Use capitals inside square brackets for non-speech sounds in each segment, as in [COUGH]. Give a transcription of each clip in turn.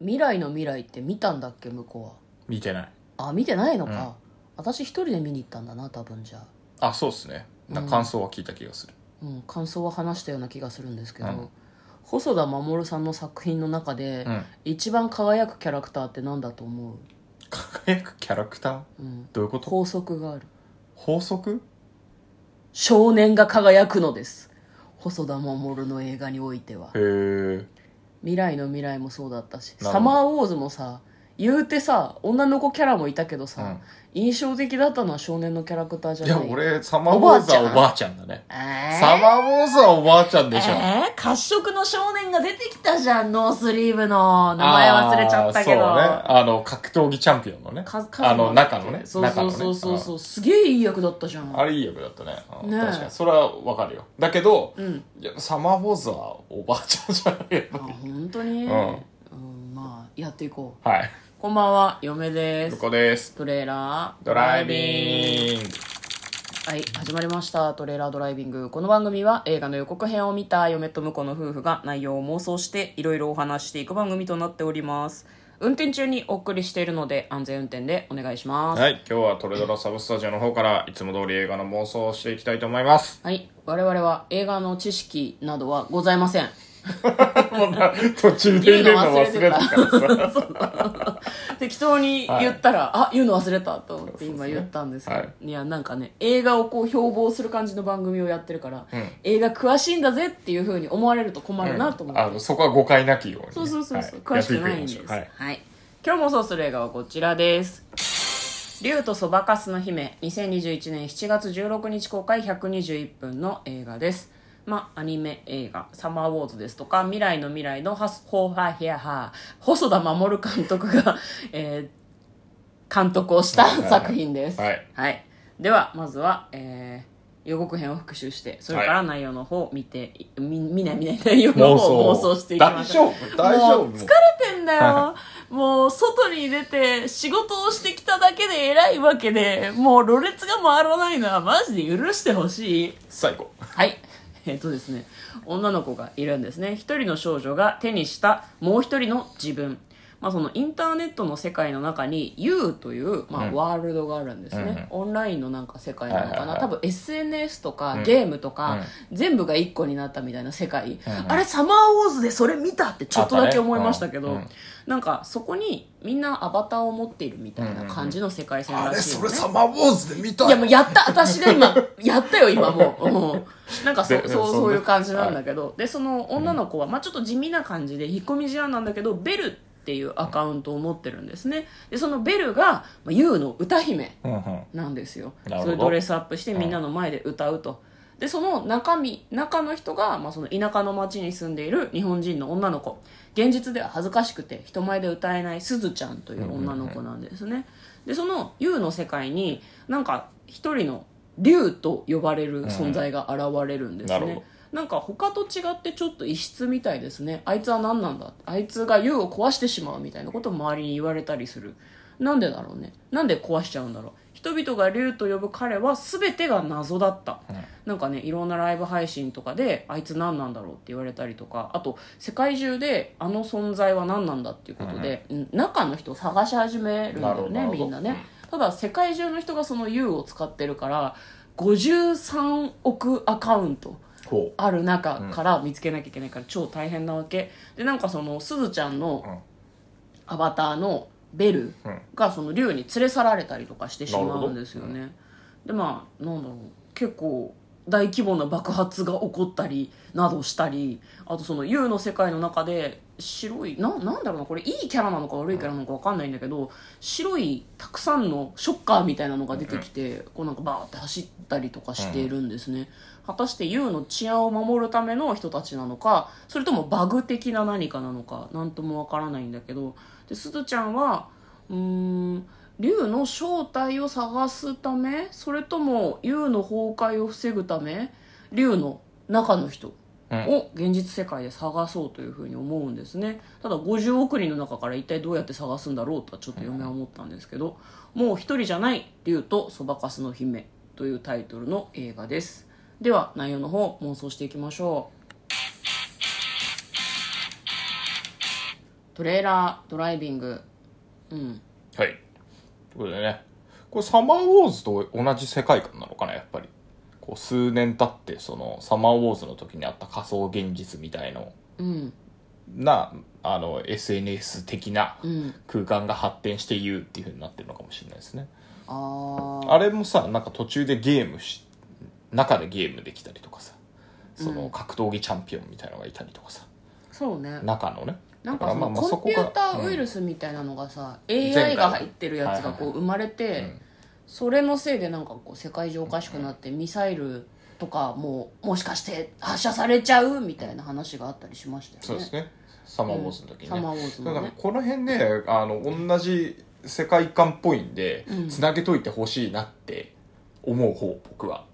未来の未来って見たんだっけ向こ見てないうはあ見てないのか、うん私一人で見に行ったんだな多分じゃああそうですねなんか感想は聞いた気がする、うん、感想は話したような気がするんですけど、うん細田守さんの作品の中で、うん一番輝くキャラクターって何だと思う、輝くキャラクターうん、どういうこと法則がある法則少年が輝くのです細田守の映画においてはへえ未来の未来もそうだったしなるほどサマーウォーズもさ言うてさ女の子キャラもいたけどさ、うん印象的だったのは少年のキャラクターじゃいないや俺サマーウォーズはおおばあちゃんだねえサー、マーウォーズはおばあちゃんでしょ、えー褐色の少年が出てきたじゃんノースリーブの名前忘れちゃったけどあーそうね。あの、格闘技チャンピオンのね。か数あの、中のもあっね。てそうそうそうそうそう、すげえいい役だったじゃ中んのねあれいい役だったね。うんねえ確かに。それはわかるよ。だけど、うんいやサマーフォーズはおばあちゃんじゃないあよ。本当に、ううんんまあやっていこうはい。こんばんは嫁でこすこです。トレーラードライビング。はい始まりましたトレーラードライビングこの番組は映画の予告編を見た嫁と婿の夫婦が内容を妄想していろいろお話していく番組となっております運転中にお送りしているので安全運転でお願いしますはい。今日はトレドラサブスタジオの方から、いつも通り映画の妄想をしていきたいと思います。 [LAUGHS] はい、我々は映画の知識などはございませんもうな途中で入れるの忘れてたからさ。適当に言ったら、あ言うの忘れたと思って今言ったんですけどそうですねい、やなんかね映画をこう標榜する感じの番組をやってるから、ん映画詳しいんだぜっていうふうに思われると困るなと思って、あの、そこは誤解なきようにね。そうそうそうそう、は詳しくないんですやっていきましょうはい。はい、今日もそうする映画はこちらです竜とそばかすの姫2021年7月16日公開121分の映画ですまあアニメ映画「サマーウォーズ」ですとか「未来の未来」のハスホーファーヒアハー細田守監督が、 [LAUGHS] えー監督をしたはい作品ですはい、ではまずは、えー予告編を復習してそれから内容の方を見て、い、み見ない見ない内容の方を妄想していきましょう大丈夫大丈もう夫疲れてんだよ。もう外に出て仕事をしてきただけで偉いわけで、もうろれつが回らないのはマジで許してほしい。最高。はい。えっとですね、女の子がいるんですね。一人の少女が手にしたもう一人の自分。まあ、そのインターネットの世界の中に U という、まあ、うんワールドがあるんですね、オンラインのなんか世界なのかな、はいはいはい多分 SNS とか、うんゲームとか、全部が一個になったみたいな世界、あれサマーウォーズでそれ見たってちょっとだけ思いましたけどあったねなんかそこにみんなアバターを持っているみたいな感じの世界線らしいのね、マーウォーズで見たいやもうやった私が [LAUGHS] 今やったよ今もう、うん、なんかそでそうそんなそういう感じなんだけど、でその女の子は、まあ、ちょっと地味な感じで引っ込み思案なんだけどベルっていうアカウントを持ってるんですねでそのベルがまあ YOU の歌姫うんうん。なんですよなるほどそういうドレスアップしてみんなの前で歌うと、でその中身中の人が、まあ、その田舎の町に住んでいる日本人の女の子現実では恥ずかしくて人前で歌えないすずちゃんという女の子なんですね、でその YOU の世界になんか一人の竜と呼ばれる存在が現れるんですね、うんなるほなんか他と違ってちょっと異質みたいですねあいつは何なんだあいつが YOU を壊してしまうみたいなことを周りに言われたりするなんでだろうねなんで壊しちゃうんだろう人々が竜と呼ぶ彼は全てが謎だった、うんなんかねいろんなライブ配信とかであいつ何なんだろうって言われたりとかあと世界中であの存在は何なんだっていうことで、うん中の人を探し始めるんだよなるねほどみんなね、ただ世界中の人がその U を使ってるから53億アカウントほある中から見つけなきゃいけないから超大変なわけ、でなんかそのすずちゃんのアバターのベルうんがその竜に連れ去られたりとかしてしなるまほうどんですよね、でまあなんだろう結構大規模な爆発が起こったりなどしたりあとその U の世界の中で白いななんだろうなこれいいキャラなのか悪いキャラなのか分かんないんだけど白いたくさんのショッカーみたいなのが出てきてこうなんかバーって走ったりとかしているんですね果たして U の治安を守るための人たちなのかそれともバグ的な何かなのか何とも分からないんだけどですずちゃんはうーん竜の正体を探すためそれとも竜の崩壊を防ぐため竜の中の人うんを現実世界で探そうというふうに思うんですねただ50億人の中から一体どうやって探すんだろうとはちょっと嫁は思ったんですけどもう一人じゃない竜とそばかすの姫というタイトルの映画ですでは内容の方妄想していきましょうトレーラードライビングうんはい。ということでね、これサマーウォーズと同じ世界観なのかな、やっぱり。こう数年経って、そのサマーウォーズの時にあった仮想現実みたいのうんな、あの、SNS 的なうん空間が発展して言うっていう風になってるのかもしれないですね。あああれもさ、なんか途中でゲームし、中でゲームできたりとかさ、その格闘技チャンピオンみたいのがいたりとかさ、そうね中のね。なんかそのコンピューターウイルスみたいなのがさ、AI が入ってるやつがこう生まれて、うんそれのせいでなんかこう世界中おかしくなってミサイルとかもうもしかして発射されちゃうみたいな話があったりしましたよねそうですね。サマーウォーズの時にね。サマーウォーズだもからねこの辺ねあの同じ世界観っぽいんで、うんつなげといてほしいなって思う方僕は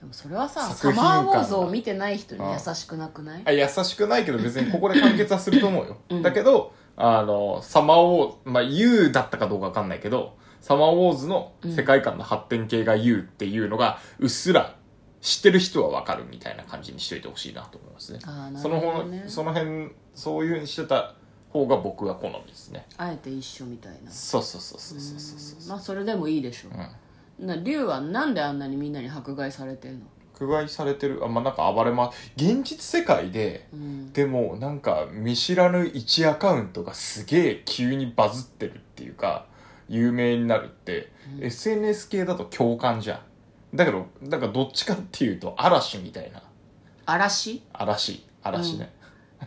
でもそれはさサ作品マー感ウがォーズを見てない人にうん優しくなくないあ優しくないけど別にここで完結はすると思うよ、うんだけどあのサマーウォーズ、まあ、U だったかどうかわかんないけどサマーウォーズの世界観の発展系が U っていうのがうっすら知ってる人はわかるみたいな感じにしといてほしいなと思いますねあーなそるのほど方ねその辺そういうふうにしてた方が僕は好みですねあえて一緒みたいなそうそうそうそうそうそうそうまあそれでもいいでしょうんな竜はなんであんなにみんなに迫害されてんの迫害されてるあまあなんか暴れま現実世界でうんでもなんか見知らぬ1アカウントがすげえ急にバズってるっていうか有名になるって、うん SNS 系だと共感じゃんだけどなんかどっちかっていうと嵐みたいな嵐嵐嵐ね、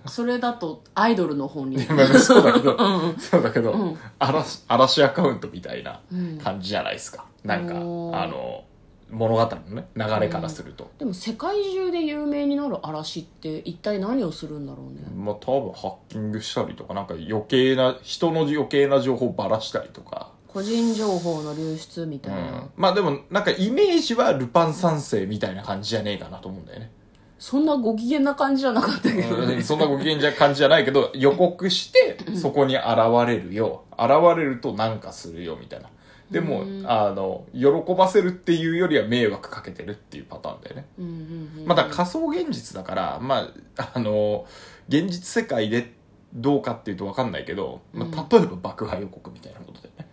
それだとアイドルの方にまあ [LAUGHS] そうだけどうんうんそうだけど、うん嵐嵐アカウントみたいなうん感じじゃないですか、なんかあおーの物語のね流れからすると、でも世界中で有名になる嵐って一体何をするんだろうねまあ、多分ハッキングしたりとかなんか余計な人の余計な情報ばらしたりとか、個人情報の流出みうたんいな、まあでもなんかイメージはルパン三世みたいな感じじゃねえかなと思うんだよね、そんなご機嫌な感じじゃなかったけどね、うんそんなご機嫌じゃ感じじゃないけど予告してそこに現れるよ現れるとなんかするよみたいなでも、うんあの喜ばせるっていうよりは迷惑かけてるっていうパターンだよねうんうんうんまあだから仮想現実だから、まあ、あの、現実世界でどうかっていうと分かんないけど、まうんあ、例えば爆破予告みたいなことでね。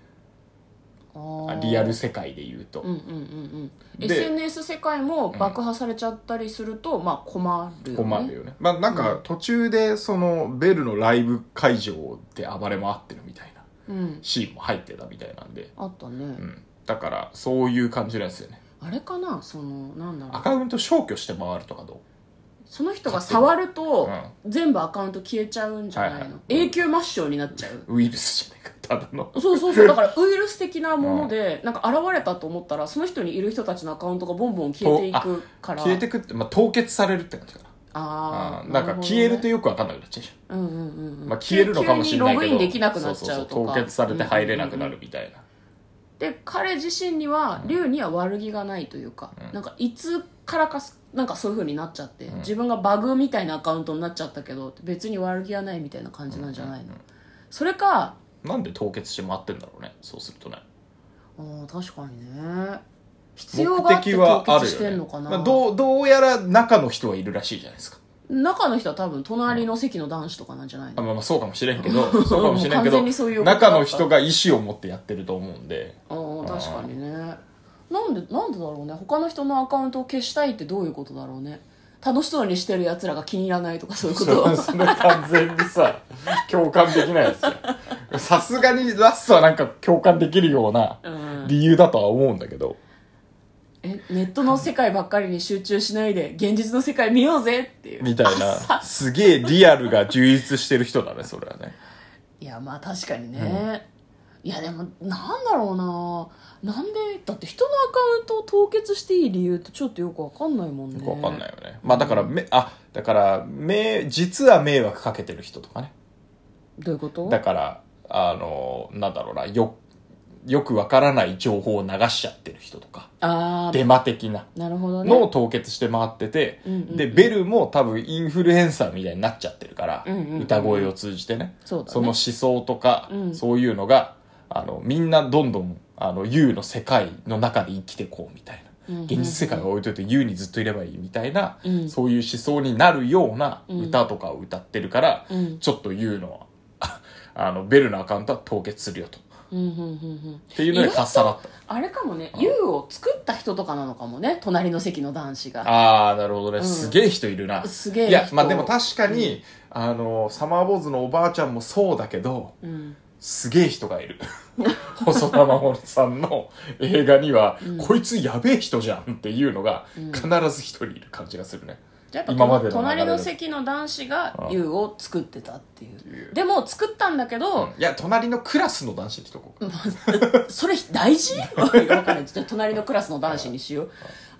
あーリアル世界で言うと。うんうんうんうんで SNS 世界も爆破されちゃったりすると、まあ困るよね困るよね。まあなんか途中でそのベルのライブ会場で暴れ回ってるみたいなうんシーンも入ってたみたいなんで。あったね、うん。だからそういう感じなんですよね。あれかなそのなんだろアうカウント消去して回るとかどその人が触るうと、う全部アカウント消えちゃうんじゃないの、はいはい。永久抹消になっちゃうんウイルスじゃないか。ただの。そうそうそうだからウイルス的なもので、なんか現れたと思ったらその人にいる人たちのアカウントがボンボン消えていくから消えてくって、まあ凍結されるって感じかな。あうあんなんか消えるとよく分かんなくなっちゃうじゃん。うんうんうんうんまあ、消えるのかもしれないけど急にログインできなくなっちゃうとかそうそうそう凍結されて入れなくなうんうんうんるみたいな、で彼自身には龍には悪気がないというか、うんなんかいつからかすなんかそういう風になっちゃって、うん自分がバグみたいなアカウントになっちゃったけど別に悪気はないみたいな感じなんじゃないの、うんうんそれかなんで凍結して回ってんだろうねそうするとねあー確かにね必要があっては凍結してんのかな、まあ、どうどうやら中の人はいるらしいじゃないですか中の人は多分隣の席の男子とかなんじゃないのあまあまあそうかもしれん [LAUGHS] けどそうかもしれんけもう完全にそういうこどとだった中の人が意思を持ってやってると思うんでああ確かにねなんでなんでだろうね他の人のアカウントを消したいってどういうことだろうね楽しそうにしてるやつらが気に入らないとかそういうこそとれ [LAUGHS] それ完全にさ共感できないですよさすがにラストはなんか共感できるようなうん、理由だとは思うんだけど、えネットの世界ばっかりに集中しないで現実の世界見ようぜっていうみ [LAUGHS] たいなすげえリアルが充実してる人だねそれはねいやまあ確かにね、いやでもなんだろうななんでだって人のアカウントを凍結していい理由ってちょっとよくわかんないもんねよくわかんないよね。まあだから、め、あ、だから、め、実は迷惑かけてる人とかね。どういうことだから、あの、なんだろうな、よ、よくわからない情報を流しちゃってる人とか、あデマ的なあなるほどねのを凍結して回ってて、うんうんうんで、ベルも多分インフルエンサーみたいになっちゃってるから、うんうんうん歌声を通じてね、そうだねの思想とか、うんそういうのが、あの、みんなどんどん、あの、U の世界の中で生きてこうみたいな。うんうんうん現実世界を置いといて U にずっといればいいみたいな、うんそういう思想になるようなうん歌とかを歌ってるから、うんちょっと U のあ [LAUGHS] あの、ベルのアカウントは凍結するよと。っうんうんうんうんていうので、かっさらった。あれかもね YOU を作った人とかなのかもね隣の席の男子がああ、なるほどね。んすげえ人いるな。すげえいや、人まあでも確かに、あの、サマーボーズのおばあちゃんもそうだけど、うんすげえ人が [LAUGHS] いる。細田守さんの映画には、うんこいつやべえ人じゃんっていうのが、うん必ず一人いる感じがするね。じゃあやっぱ今までの流れ隣の席の男子が YOU を作ってたっていううんでも作ったんだけど、いや、隣のクラスの男子にしとこうか。それ大事 [LAUGHS] わかんないちょっと隣のクラスの男子にしよう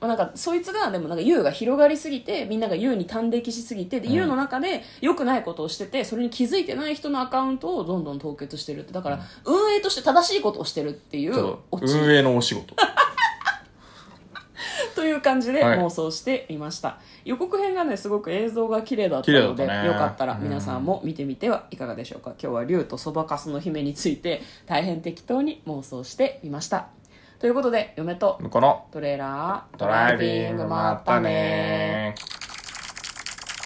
まあなんかそいつがでもなんか YOU が広がりすぎてみんなが YOU に端的しすぎてでうん YOU の中で良くないことをしててそれに気づいてない人のアカウントをどんどん凍結してるってだから運営として正しいことをしてるっていちうょオっとチ運営のお仕事。という感じではい妄想してみました、予告編がねすごく映像が綺麗だった綺麗だのっでたねよかったら皆さんも見てみてはいかがでしょうか、今日は竜とそばかすの姫について大変適当に妄想してみましたということで嫁とこの、トレーラードドライビング、まったねー。